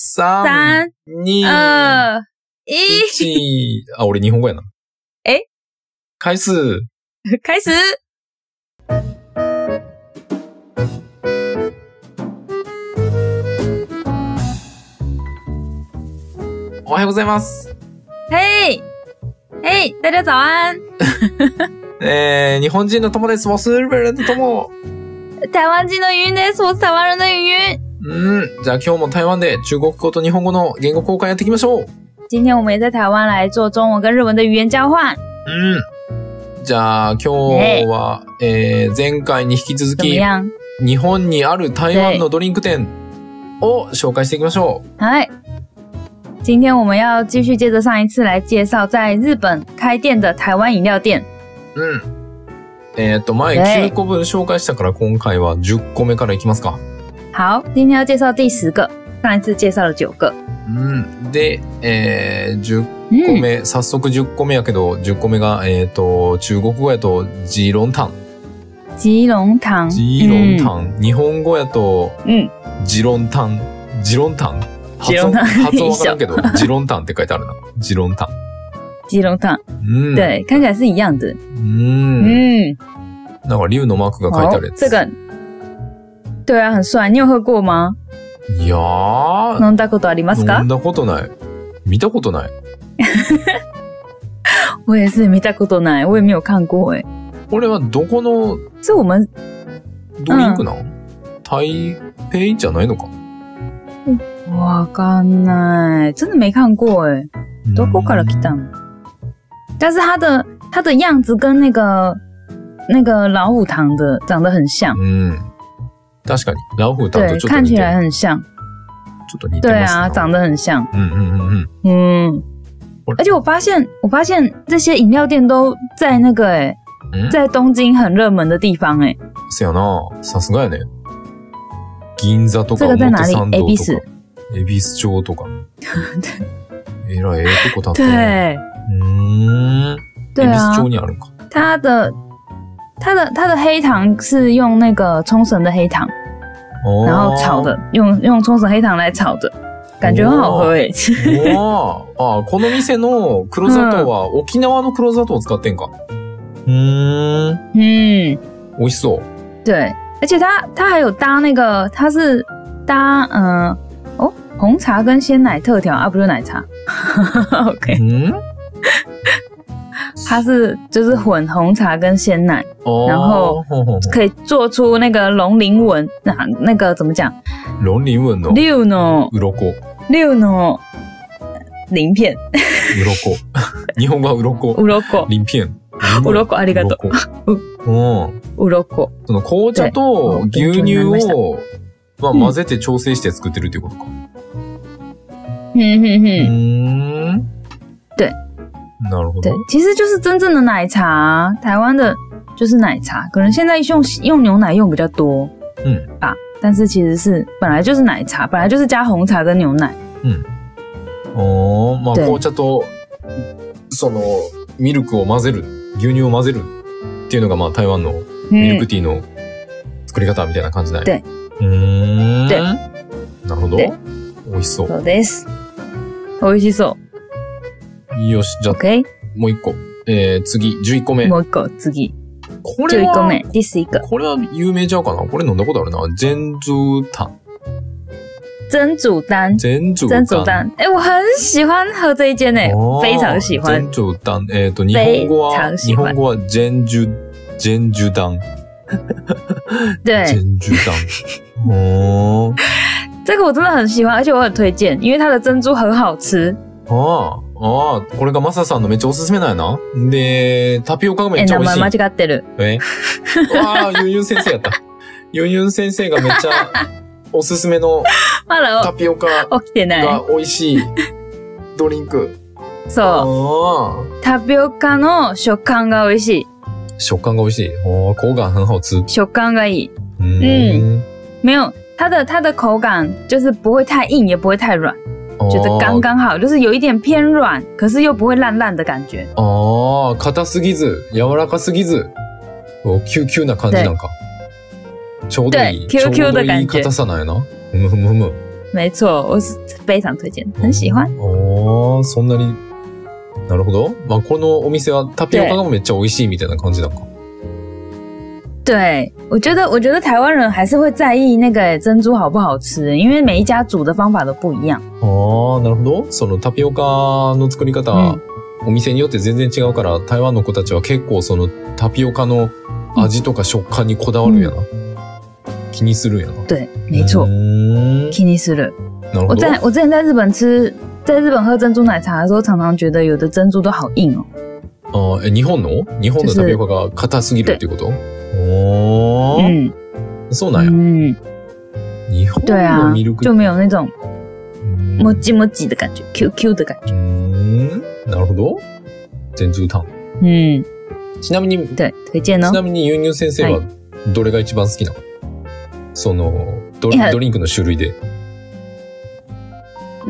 三、二、嗯二、呃一、一、あ、俺日本語やな。え回数、 开始。おはようございます。嘿，嘿，大家早安！えー、日本人の友です。忘れる人とも。台湾人的云呢，是我是台湾人的云云。うん。じゃあ今日も台湾で中国語と日本語の言語交換やっていきましょう。今天我们也在台湾来做中文跟日文的语言交换，うん。じゃあ今日は、えー、前回に引き続怎么き、样？日本にある台湾のドリンク店を紹介していきましょう。哎，今天我们要继续接着上一次来介绍在日本开店的台湾饮料店。うん。えっ、と、前ね9個分紹介したから今回は10個目からいきますか。好，今天要介绍第十个，上一次介绍了九个。うん。で、えー、10個嗯，目、早速10個目やけど、10個目が、えっ、と、中国語やと、ジーロンタン。吉隆堂，ジーロンタン。日本語やと、嗯，ジロンタン。ジロンタン発ジロ音、 ンタン発音わからんけど、ジロンタンって書いてあるな。ジロンタン。吉隆堂，うん。对，看起来是一样的。うん。嗯，なんか、竜のマークが書いてあるやつ。这个，对啊，很帅。你有喝过吗？いやー、飲んだことあり啊ます飲かん？だことない。見たことない。我也是没たことない，我也没有看过哎。これはどこの是我们ドリンクなん、台北じゃないのかわかんない，真的没看过哎。どこから来たうんの？但是它的它的样子跟那个那个老虎堂的长得很像，うん。確かに。ラフータン对と，ちょっと看似起てる来很像，ちょっと似て对ますな啊，长得很像。うんうんうんうん。嗯我，而且我发现，我发现这些饮料店都在那个哎、嗯在东京很热门的地方哎、せやな。さすがやね。銀座とか这个在表哪里参道恵比と寿か。恵比寿町とか。 えらい、ええとこ建ってる。对うーん。对恵比啊寿，町にあるんか。它的它的它的黑糖是用那个冲绳的黑糖，おー然后炒。的，用用冲绳黑糖来炒的，感觉很好喝哎、おーあー、この店の黒砂糖は沖縄の黒砂糖を使ってんか。うーん。 嗯，美味しそう。对，而且它它还有搭那个，它是搭嗯、呃哦红茶跟鲜奶特调啊，不是奶茶 ，OK，うん它是就是混红茶跟鲜奶。然后ほうほうほ可以做出那个龙鳞纹，那那个怎么讲？うロンリーウンの六呢鱗。六呢呃鳞片，鱗。日本語は鱗。乌罗果鱗片。乌罗果ありがと鱗うん。う乌罗果。その紅茶とで牛乳勉強になりまを、まあ、うん混ぜて調整して作ってるっていうことか。嗯哼う哼，ーん。对。なるほ对ど。，其实就是真正的奶茶，台湾的就是奶茶，可能现在用用牛奶用比较多，嗯吧，但是其实是本来就是奶茶，本来就是加红茶跟牛奶，おーまあ、对紅茶と、その、ミルクを混ぜる、牛乳を混ぜるっていうのが、まあ、台湾のミル嗯ク，ティーの作り方みたいな感じだよ。对うーん。对なるほど对。美味しそう。そうです。美味しそう。よし、じゃあ、 OK，もう一個。えー、次、11個目。もう一個次，こ就れ一個は、目，第十一个これは有名ちゃうかなこれ飲んだことあるな。全珠炭。珍珠丹。全珠珍珠丹，哎、我很喜欢喝这一间诶、おー非常喜欢。全珠炭。えっ、と、日本語は、非常日喜欢本語は全珠、全珠炭。对，全珠 炭。おー。这个我真的很喜欢，而且我很推荐，因为它的珍珠很好吃。ああ、ああ、これがマサさんのめっちゃおすすめなんやな。で、タピオカがめ哎、っちゃ名美味前しい間。違ってる。えわあ、ユンユン先生やった。ユンユン先生がめっちゃおすすめ のまタだピオカ起きてない。が美味 しいドリンク。そああう、タピオカの食感が美味しい。食感が美味しい。おー口感很好吃。食感がいい。うーん。没有，它的它的口感就是不会太硬，也不会太软，觉得刚あ刚好，就是有一点偏软，可是又不会烂烂的感觉。ーあー、硬すぎず、柔らかすぎず、おキューキューな感じなんか。ちょうどいい。对 Q ちょ Q うど的いい感觉硬さなんやな。ふむふむふむ。没错，我是非常推荐，很喜欢。おー、そんなに。なるほど。まあ、このお店はタピオカがめっちゃ美味しいみたいな感じだか。对，我觉得，我觉得台湾人还是会在意那个珍珠好不好吃，因为每一家煮的方法都不一样。あー、なるほど。そのタピオカの作り方、うんお店によって全然違うから、台湾の子たちは結構そのタピオカの味とか食感にこだわるんやな。気にするんやな。对，没错う。ーん k i n i s u なるほど。我在我之前在日本吃，在日本喝珍珠奶茶的时候，常常觉得有的珍珠都好硬哦。あーえ、日本の日本のタピオカが硬すぎるっていうことおー、嗯そうなんや。嗯，日本对啊のミル，ク就没有那种うん摸叽摸叽的感觉，Q Q 的感觉。うーんなるほど。全通タン。嗯，ちなみに、ち对，推荐哦。なみに、ユンユン先生ははどれが一番好きなのそのドいやドリンクの種類で。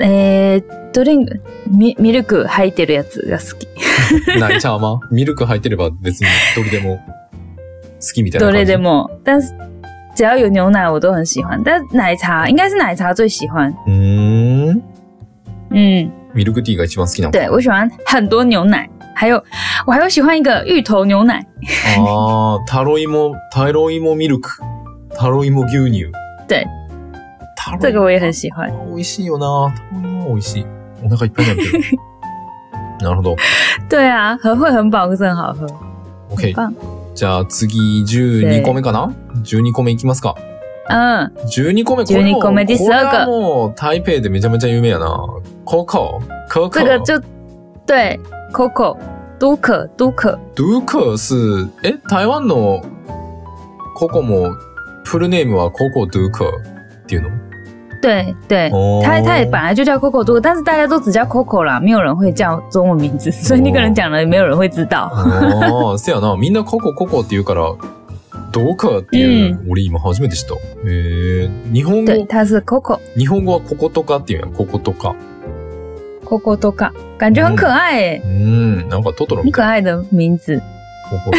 诶，ドリンクミミルク入ってるやつが好き。 ないちゃまミルク入ってれば別にどれでも好きみたいなど感じ。れで。も，但是只要有牛奶我都很喜欢，但奶茶应该是奶茶最喜欢。うーん。嗯，ミルクティーが一番好きなの。对我喜欢很多牛奶，还有我还有喜欢一个芋头牛奶。あー、タロイモ、タロイモミルク。タロイモ牛乳。对。タロ这イ个モ我也很喜欢。美味しいよな。タロイモ美味しい。お腹いっぱいになる けど。なるほど。对啊，很会很饱，可是很好喝。 OK 很。棒。じゃあ次12個目かな ?12 個目いきますか。嗯， 12個目、これも12個目ですこれはもう台北でめちゃめちゃ有名やな。ココ、ココ、这个就对 Coco 都可都可，ドゥクス、え、台湾のココも、フルネームはココドゥクっていう对对。の它它也本来就叫 Coco 都可，但是大家都只叫 Coco 啦，没有人会叫中文名字，所以你可能讲了，也没有人会知道。ああ、せやな。みんなココココって言うから、ドゥクっていう、俺今初めて知った。へえ。日本对，語、它是 Coco 日本語はココトカっていうんや。ココトカ。 Coco 都可，感觉很可爱诶、うん、なんかトトロ很みた可い。爱的名字。ココトカ。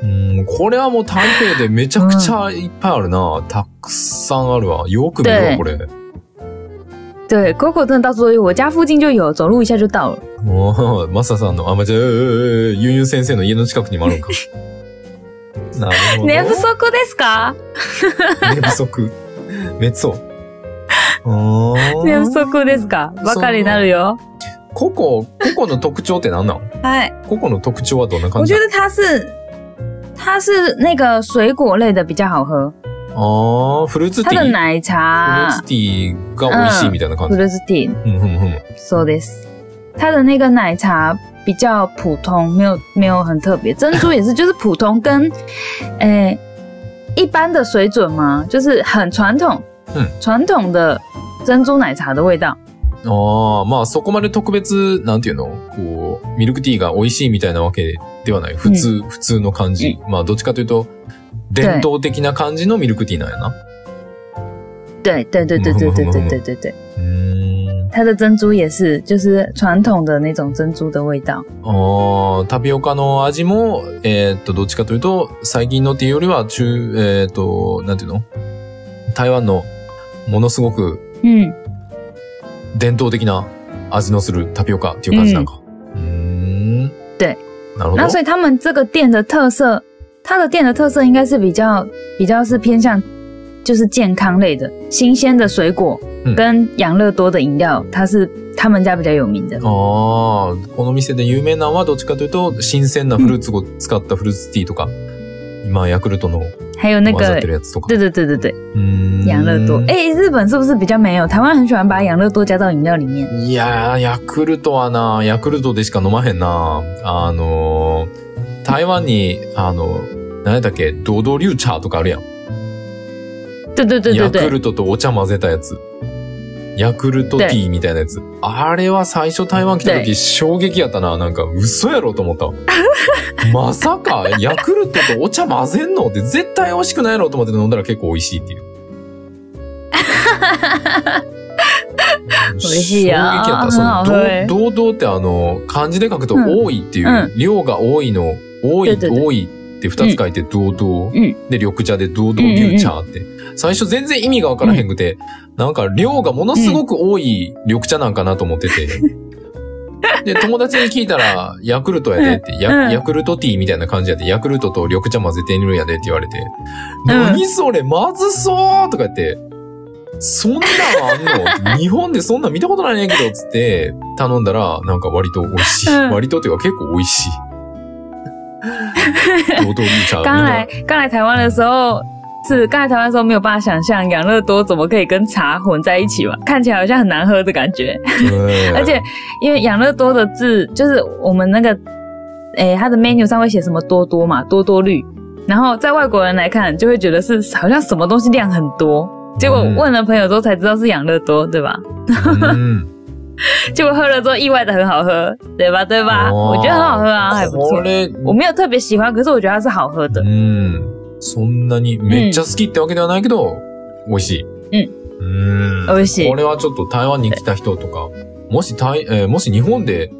うん、これはもう台北でめちゃくちゃいっぱいあるな。たくさんあるわ。よく見るわ、对これ。对，Coco 真的到处都有，我家附近就有，走路一下就到了。おーマサさんの、あ、まじゃあ、えーえーえーユンユン先生の家の近くにもあ るんか。なるほど。寝不足ですか？寝不足。めっそう。 あ寝不ー足ですか？ばかりになるよ。ココ、ココの特徴って何なのはい。ココの特徴はどんな感我じ觉な得它是它是那个水果类的比较好喝，のあーフルーツティー。フ它的ル奶ー茶ツティーが美味しいみたいな感不じ。是挺うん、うん、うん。说的是，它的那个奶茶比较普通，没有没有很特别。珍珠也是，就是普通跟诶、一般的水准嘛，就是很传统，嗯传统的珍珠奶茶的味道。ああ、まあそこまで特別、なんていうのこう、ミルクティーが美味しいみたいなわけではない。普通、普通の感じ。まあどっちかというと、伝統的な感じのミルクティーなんやな。对对对对对对对对对对，うーん。它的珍珠也是，就是传统的那种珍珠的味道。ああ、タピオカの味も、えーっと、どっちかというと、最近のっていうよりは、中、えーっと、なんていうの台湾のものすごく嗯，伝統的な味のするタピオカっていう感じなんか。うーん。で。なるほど。那所以他们这个店的特色，它的店的特色应该是比较比较是偏向就是健康类的，新鲜的水果嗯跟养乐多的饮料，它是他们家比较有名的。ああ、この店で有名なのはどっちかというと、新鮮なフルーツを使ったフルーツティーとか、今、ヤクルトの还有那混ざっ个て，るやつとか。对对对对对，うーん养乐多。哎、日本是不是比较没有？台湾很喜欢把养乐多加到饮料里面。いやー、ヤクルトはな、ヤクルトでしか飲まへんな。あのー、台湾に、あの、何やったっけ、ドドリューチャーとかあるやん。对对对对ヤク对，ルトとお茶混ぜたやつ。ヤクルトティーみたいなやつ。あれは最初台湾来たで時衝撃やったな。なんか嘘やろと思 った。まさか、ヤクルトとお茶混ぜんのって絶対美味しくないやろと思って飲んだら結構美味しいって いう。美味しいよ衝撃やった。そあはいの、堂々ってあの、漢字で書くとうん多いっていうう、量が多いの、多い、对对对多いって二つ書いて堂々。うんで、緑茶で堂々牛茶って。最初全然意味がわからへんくて、なんか量がものすごく多い緑茶なんかなと思ってて。 で、友達に聞いたら、ヤクルトやでって、ヤうんヤクルトティーみたいな感じやで、ヤクルトと緑茶混ぜてるんやでって言われて、ん何それまずそうとか言って、そんなんあんの日本でそんなん見たことないねんけど、つって、頼んだら、なんか割と美味しい。嗯割とっていうか結構美味 しい。多多绿茶，刚みんな来刚来台湾的时候，是刚来台湾的时候没有办法想象养乐多怎么可以跟茶混在一起吧？看起来好像很难喝的感觉。对而且因为养乐多的字就是我们那个，诶、它的 menu 上会写什么多多嘛，多多绿，然后在外国人来看就会觉得是好像什么东西量很多。结果嗯问了朋友之后才知道是养乐多，对吧？嗯结果喝了之后意外的很好喝，对吧？对吧？哦嗯我觉得很好喝啊，还不こ错。れ、我没有特别喜欢，可是我觉得它是好喝的う。ん。そんなにめっちゃ好きってわけではないけど、美味しい。うん。美味しいこれはちょっと台湾に来た人とか、もし台、えーもし日本で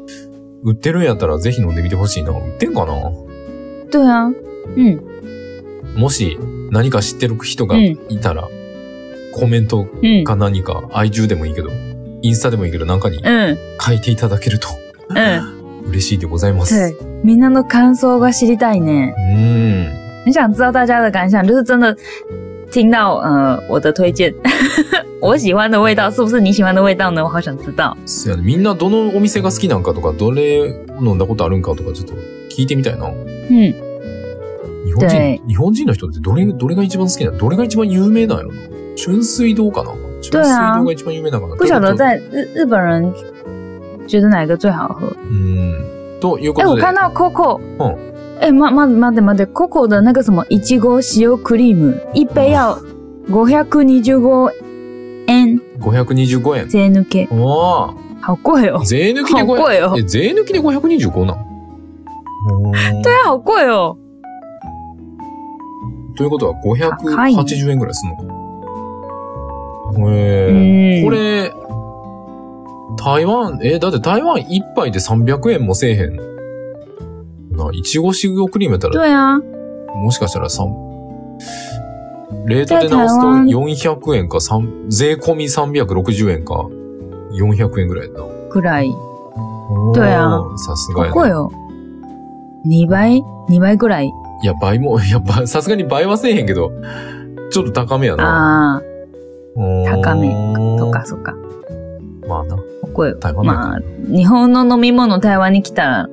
売ってるんやったらぜひ飲んでみてほしいな。売ってんかな对啊，嗯もし何か知ってる人がいたら、コメント嗯か何か、i 中でもいいけど、インスタでもいいけど、なんかに嗯書いていただけると 嗯，嬉しいでございます。 对，みんなの感想が知りたいね。うん。很想知道大家的感想，就是真的听到呃我的推荐， 我喜欢的味道是不是你喜欢的味道呢？我好想知道。そうやねみんなどのお店が好きなんかとか、どれ飲んだことあるんかとか、ちょっと聞いてみたいな。嗯，日本对人、日本人の人ってどれ、どれが一番好きなのどれが一番有名なの春水堂かな春水对啊堂が一番有名なのかな不晓得と在日日本人觉得哪个最好喝。うん。というこ哎、と我で。看到 Coco，嗯哎、妈妈妈的妈的，Coco 的那个什么一季锅西柚 cream 一杯要五百二十五 n 525円。税抜け，あ好贵哦あ。，税抜きで 好500贵哦え、，税抜きで525なんおー对啊，好贵哦。ということは高い580円ぐらいすんのかなへえ。嗯こ，れ、台湾、え、だって台湾1杯で300円もせえへん。ないちごしぐクリームやったら对啊，もしかしたら三レートで直すと400円か、三税込み360円か、400円ぐらいだな。ぐらい，对啊おー。さすが好や贵な。哦。二倍二倍ぐらいいや、倍も、 いや、倍さすがに倍はせえへんけど、ちょっと高めやな。あおーあ高めとか。そっかまあな、好贵哦。台湾だまあ日本の飲み物台湾に来たら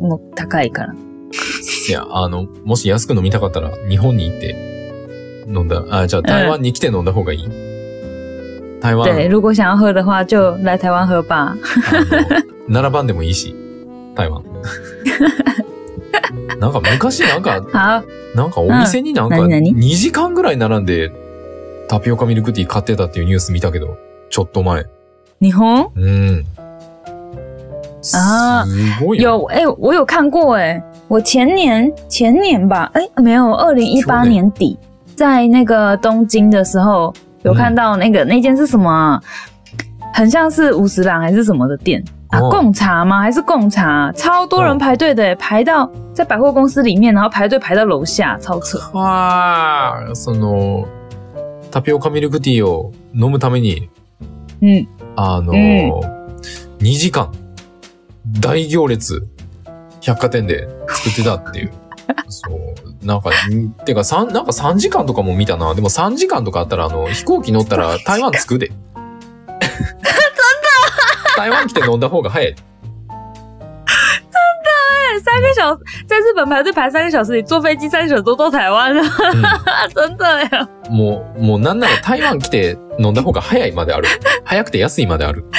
もう高いから。いや、あの、もし安く飲みたかったら、日本に行って、飲んだ、あ、じゃあ台湾に来て飲んだ方がいい。台湾、对，あ如果想要喝的话，就来台湾喝吧。の並ばんでもいいし、台湾。なんか昔なんか、好，なんかお店になんかうん何2々時間ぐらい並んでタピオカミルクティー買ってたっていうニュース見たけど、ちょっと前。日本。うん。すあごいな。有哎、我有看过哎、我前年前年吧，哎、没有，二零一八去年年底在那个东京的时候，有看到那个、那间是什么啊、很像是五十郎还是什么的店啊，哦贡茶吗？还是贡茶？超多人排队的、哎排到在百货公司里面，然后排队排到楼下，超扯。はあ、その、タピオカミルクティーを飲むために、嗯，あの、うん2時間、大行列、百貨店で作ってたって いう。そう。なんか、んてか三なんか3時間とかも見たな。でも3時間とかあったら、あの、飛行機乗ったら台湾着く で。台湾来て飲んだ方が 早い。哎 三个小时在日本排队排三个小时，你坐飞机三个小时都到台湾了， 真的哎、うんもう、もうなんなら台湾来て飲んだ方が早いまである。早くて安いまである。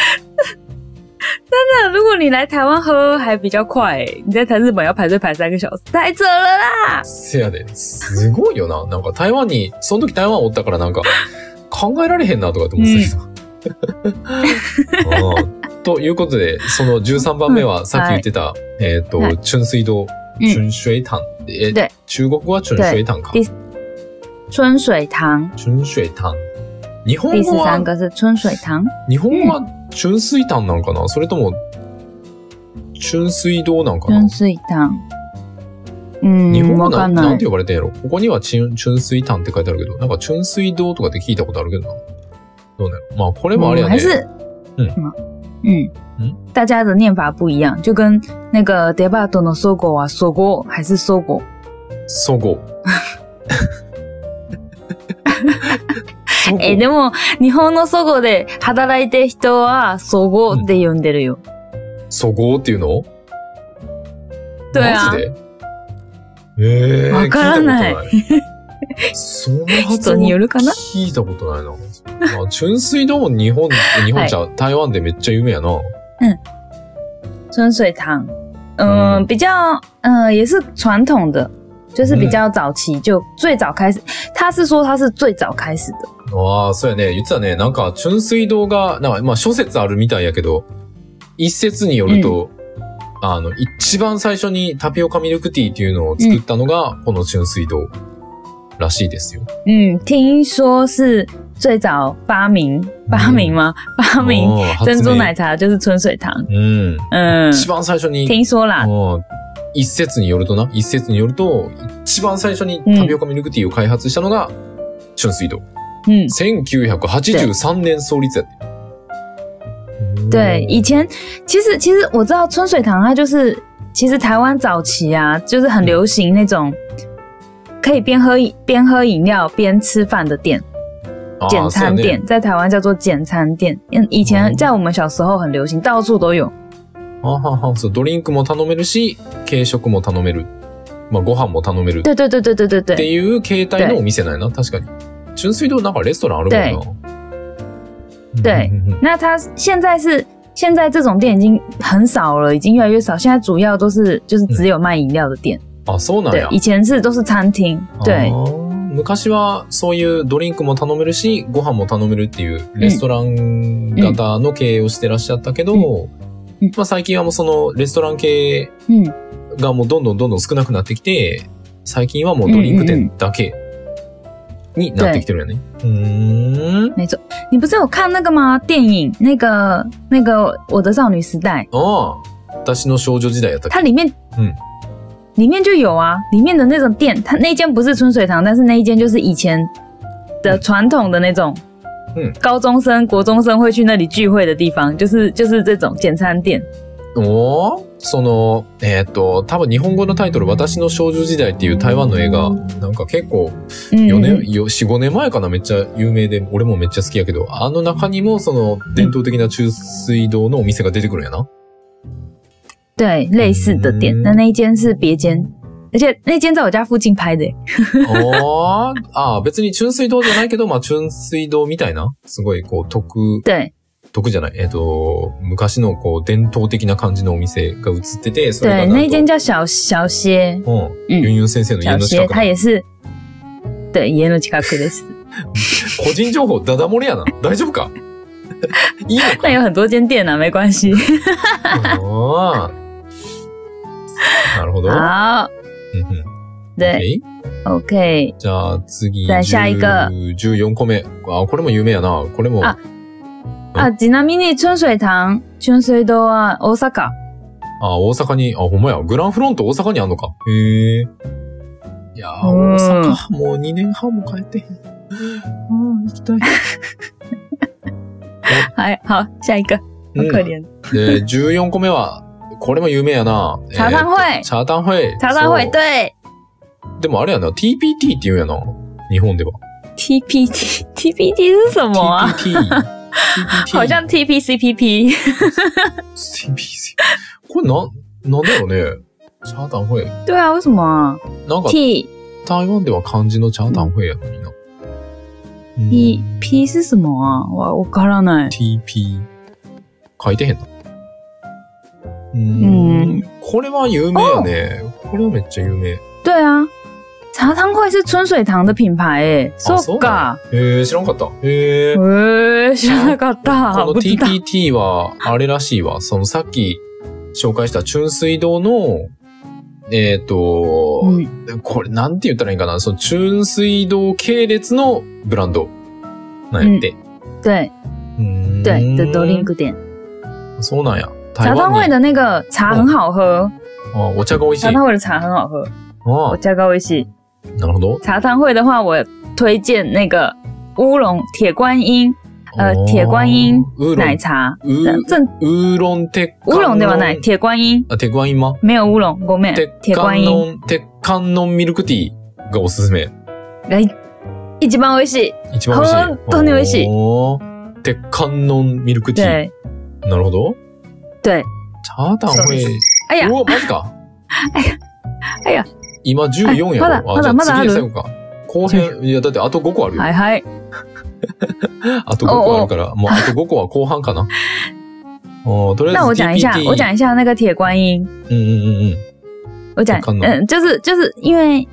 那如果你来台湾喝还比较快、你在台日本要排队排三个小时，太扯了啦！せやで。すごいよな。 なんか台湾に、その時台湾おったからなんか、考えられへんなとかって思って たけど。うんということで、その13番目はさっき言ってた、えっ、と、はい春水堂、うん春水潭。えで中国語は春水潭かで。春水堂春水潭。日本第十語三は、个是春水堂，日本語は春水潭なんかなそれとも、春水堂なんかな春水堂。嗯日本，語わかなんんななんいて。呼ばれてんやろここには春春水潭って書いてあるけど、なんか春水堂とかって聞いたことあるけどな。どうなるまあ、これもあれやね。还是嗯嗯嗯嗯大家的念法不一样，就跟那个 d e b a t 的搜狗啊，搜狗还是搜狗，そごう。そごう え、でも、日本のそごで働いてる人は、そごって呼んでるよ。そごうっていうの对啊マジでええー。わからない聞いたことない。その発音人によるかな聞いたことないな。まあ、春水堂も日本、日本じゃ、台湾でめっちゃ有名やな。春水堂，嗯、嗯比较，嗯、也是传统的，就是比较早期，就最早开始。他是说他是最早开始的，ああ、そうやね。言ってたね。なんか、春水堂が、なんか、まあ、諸説あるみたいやけど、一説によると、あの、一番最初にタピオカミルクティーっていうのを作ったのが、この春水堂らしいですよ。嗯，听说是最早发明，发明吗？发明おー珍珠奶。茶就是春水堂，発明うん。嗯，一番最初に、听说啦，うん一説によるとな、一説によると、一番最初にタピオカミルクティーを開発したのが、春水堂。嗯，哦1983年創立やって。对，うん以前其实其实我知道春水堂，它就是其实台湾早期啊，就是很流行那种可以边喝饮边喝饮料边吃饭的店，简あーそうや餐ね店，在台湾叫做简餐店。嗯，以前哦在我们小时候很流行，到处都有。あははそう、ドリンクも頼めるし、軽食も頼める。まあ、ご飯も頼める。っ对对对对对对て对いう形態のお店なんやな、確かに。純水堂なんかレストランあるもんな。对うんうんうん那它现在是现在这种店已经很少了，已经越来越少。现在主要都是就是只有卖饮料的店。あ、そうなん嗯对啊哦や，以。前是都是餐厅。あ对ー昔はそういうドリンクも頼めるし、ご飯も頼めるっていうレストラン型の経営をしてらっしゃったけど、うんうんまあ最近はもうそのレストラン系嗯，がもうどんどんどんどん少なくなってきて、最近はもうドリンク店だけになってきてるよね。うーん。你不是有看那个吗？电影那个那个《我的少女时代》，ああ、私の少女時代やったっけ它里面嗯里面就有啊，里面的那种店，它那一间不是春水堂，但是那一间就是以前的传统的那种，嗯高中生、国中生会去那里聚会的地方，就是就是这种简餐店。おーその、えーっと、多分日本語のタイトル、私の少女時代っていう台湾の映画、なんか結構嗯4年、よ4、5年前かな、めっちゃ有名で、俺もめっちゃ好きやけど、あの中にもその伝統的な中水道のお店が出てくるんやな。对，类似的店，嗯那那一间是别间，而且那间在我家附近拍的耶。あーあー、別に中水道じゃないけど、まあ中水道みたいな、すごいこう特、对特じゃない、えっ、と、昔のこう伝統的な感じのお店が映ってて、それがな对，んと那一间叫小小歇，うん、うんユンユン先生の家小の歇近く它の。也是对耶诺奇卡克 的斯。個人情報ダダ漏れやな。大丈夫 かいいの那有很多间店呢、啊，没关系。かあーなるほど。好，うんうん对 OK ，OK，じゃあ次、じゃあ下一个10 14個目。あ、これも有名やな。これも、ああ啊，ちなみに春水堂、春水堂は大阪。大阪に、あ、ほんまや。グランフロント大阪にあんのか。へえ。いやー、うん大阪、もう2年半も帰ってへん。あー行きたい。哎，好，下一个，好可怜。で、14個目は、これも有名やな。茶炭会えーと茶炭会。茶道会そう对でもあれやな、TPT って言うんやな。日本では。 TPT TPT 是什么啊？ TPT。TPT 好像 TPCPP， TPT。これなん、なんだろうね。茶炭会。对啊，为什么啊なんか、 ？T 台湾では漢字の茶炭会やのにな。うん P P 是什么啊？我我搞了呢。 TP。書いてへんな。ううーん。これは有名やね。これはめっちゃ有名。对啊，茶汤会是春水堂的品牌诶。あそう so な嘎，へえ、知らんかった。へえ。喂，知らなかった。この不知道。 TPT は、あれらしいわ。そのさっき紹介した春水堂の、えっ、と、嗯これなんて言ったらいいんかな。その春水堂系列のブランド。なんやって。对うん对的都リンク店。そうなんや。台茶汤湾会に的那个茶很好喝，あお茶が美味しい。茶あ汤会的茶很好喝，我哦加高一起。なるほど。茶汤会的话，我推荐那个乌龙铁观音，呃おー铁观音ウーロ奶ン茶ウ的ー正ウーロン鉄乌龙ではない鉄铁观音，あ、鉄观音吗没有乌龙，我们鉄铁観观音音、鉄観音ミルクティーがおすすめ。来哎一级棒威士，一番美味しい。本当に美味しいおー。鉄観音ミルクティ对ー。なるほど。对，チャータンそう会です。哎呀う，わ、マジか。哎や今14やろ。まだまだあじゃあまだある次で最後か。後編、いや、だってあと5個あるよ。嗨嗨，あと5個あるから、もうあと5個は後半か な。おーとりあえず TPT。那我讲一下，我讲一下那个铁观音，うんうんうんうん。我讲我看，到嗯，就是就是因为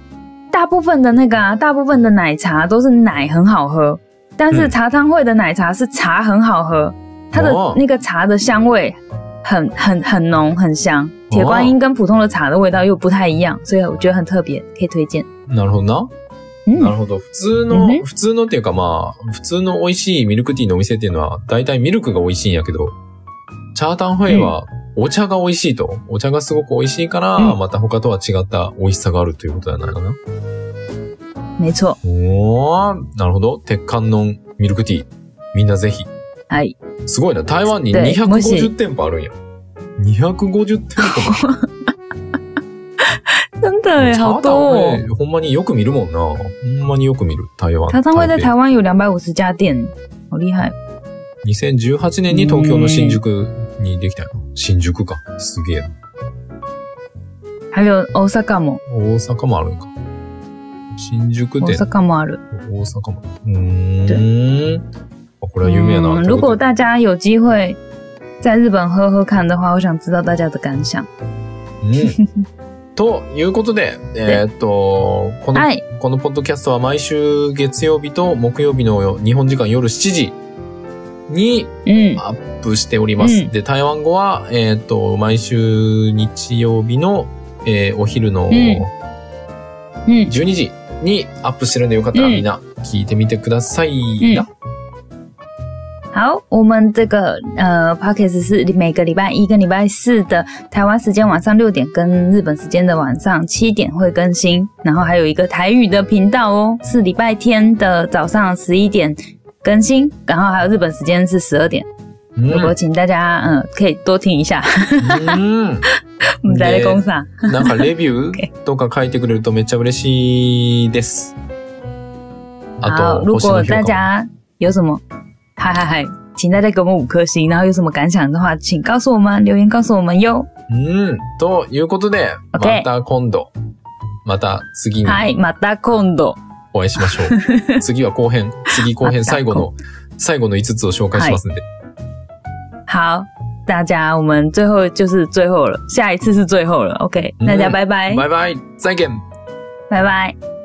大部分的那个啊，大部分的奶茶都是奶很好喝，但是嗯茶汤会的奶茶是茶很好喝，它的哦那个茶的香味很很很浓很香，铁观音跟普通的茶的味道又不太一哦样，所以我觉得很特别，可以推荐。なるほどな。な嗯，るほど。普通うんのね、普通のっていうかまあ、普通の美味しいミルクティーのお店っていうのは、大体ミルクが美味しいんやけど、チャータンフェイはお茶が美味しいと。お茶がすごく美味しいから、うんまた他とは違った美味しさがあるということやないかな。没错，おー、なるほど。鉄観音ミルクティー。みんなぜひ。哎，すごいな。台湾にでもし250店舗あるんや。250店舗 も。真的哎，チャ好ータ多ン哦。フェイ、ほんまによく見るもんな。ほんまによく見る。台湾。茶汤会在台北台湾有两百五十家店，好厉害。 2018年に東京の新宿にできたよ。新宿か。すげえな。还有 Osaka も大阪もあるんか。新宿店、 Osaka もある。大阪も。うーん。あこれは有名やな。嗯という如ことで果大家有机会在日本喝喝看的话，我想知道大家的感想。うん。ということで、えーっと、この、はいこのポッドキャストは毎週月曜日と木曜日の日本時間夜7時に嗯，アップしております。うんで、台湾語は、えーっと、毎週日曜日の、えーお昼の、うん嗯， 12時にアップしてるんでよかったらうんみんな聞いてみてくださいうんな。好，我们这个呃 p o c k e t 是每个礼拜一跟礼拜四的台湾时间晚上六点，跟日本时间的晚上七点会更新，然后还有一个台语的频道哦，是礼拜天的早上十一点更新，然后还有日本时间是十二点。う如果请大家嗯、呃可以多听一下， ん。うん我们在公啊上。なんかレビューとか書いてくれるとめっちゃ嬉しいです。あ好，と、如星の果評価大家有什么，嗨嗨嗨，请大家给我们五颗星，然后有什么感想的话，请告诉我们，留言告诉我们哟。も。うん。ということで、ま OK た今度、また次に嗨，马达空斗，お会いしましょ う。次は後編、次後編また最後の、最後の5つを紹介しますんで。好，大家，我们最后就是最后了，下一次是最后了，OK，嗯大家拜拜，バイバイ再見拜拜。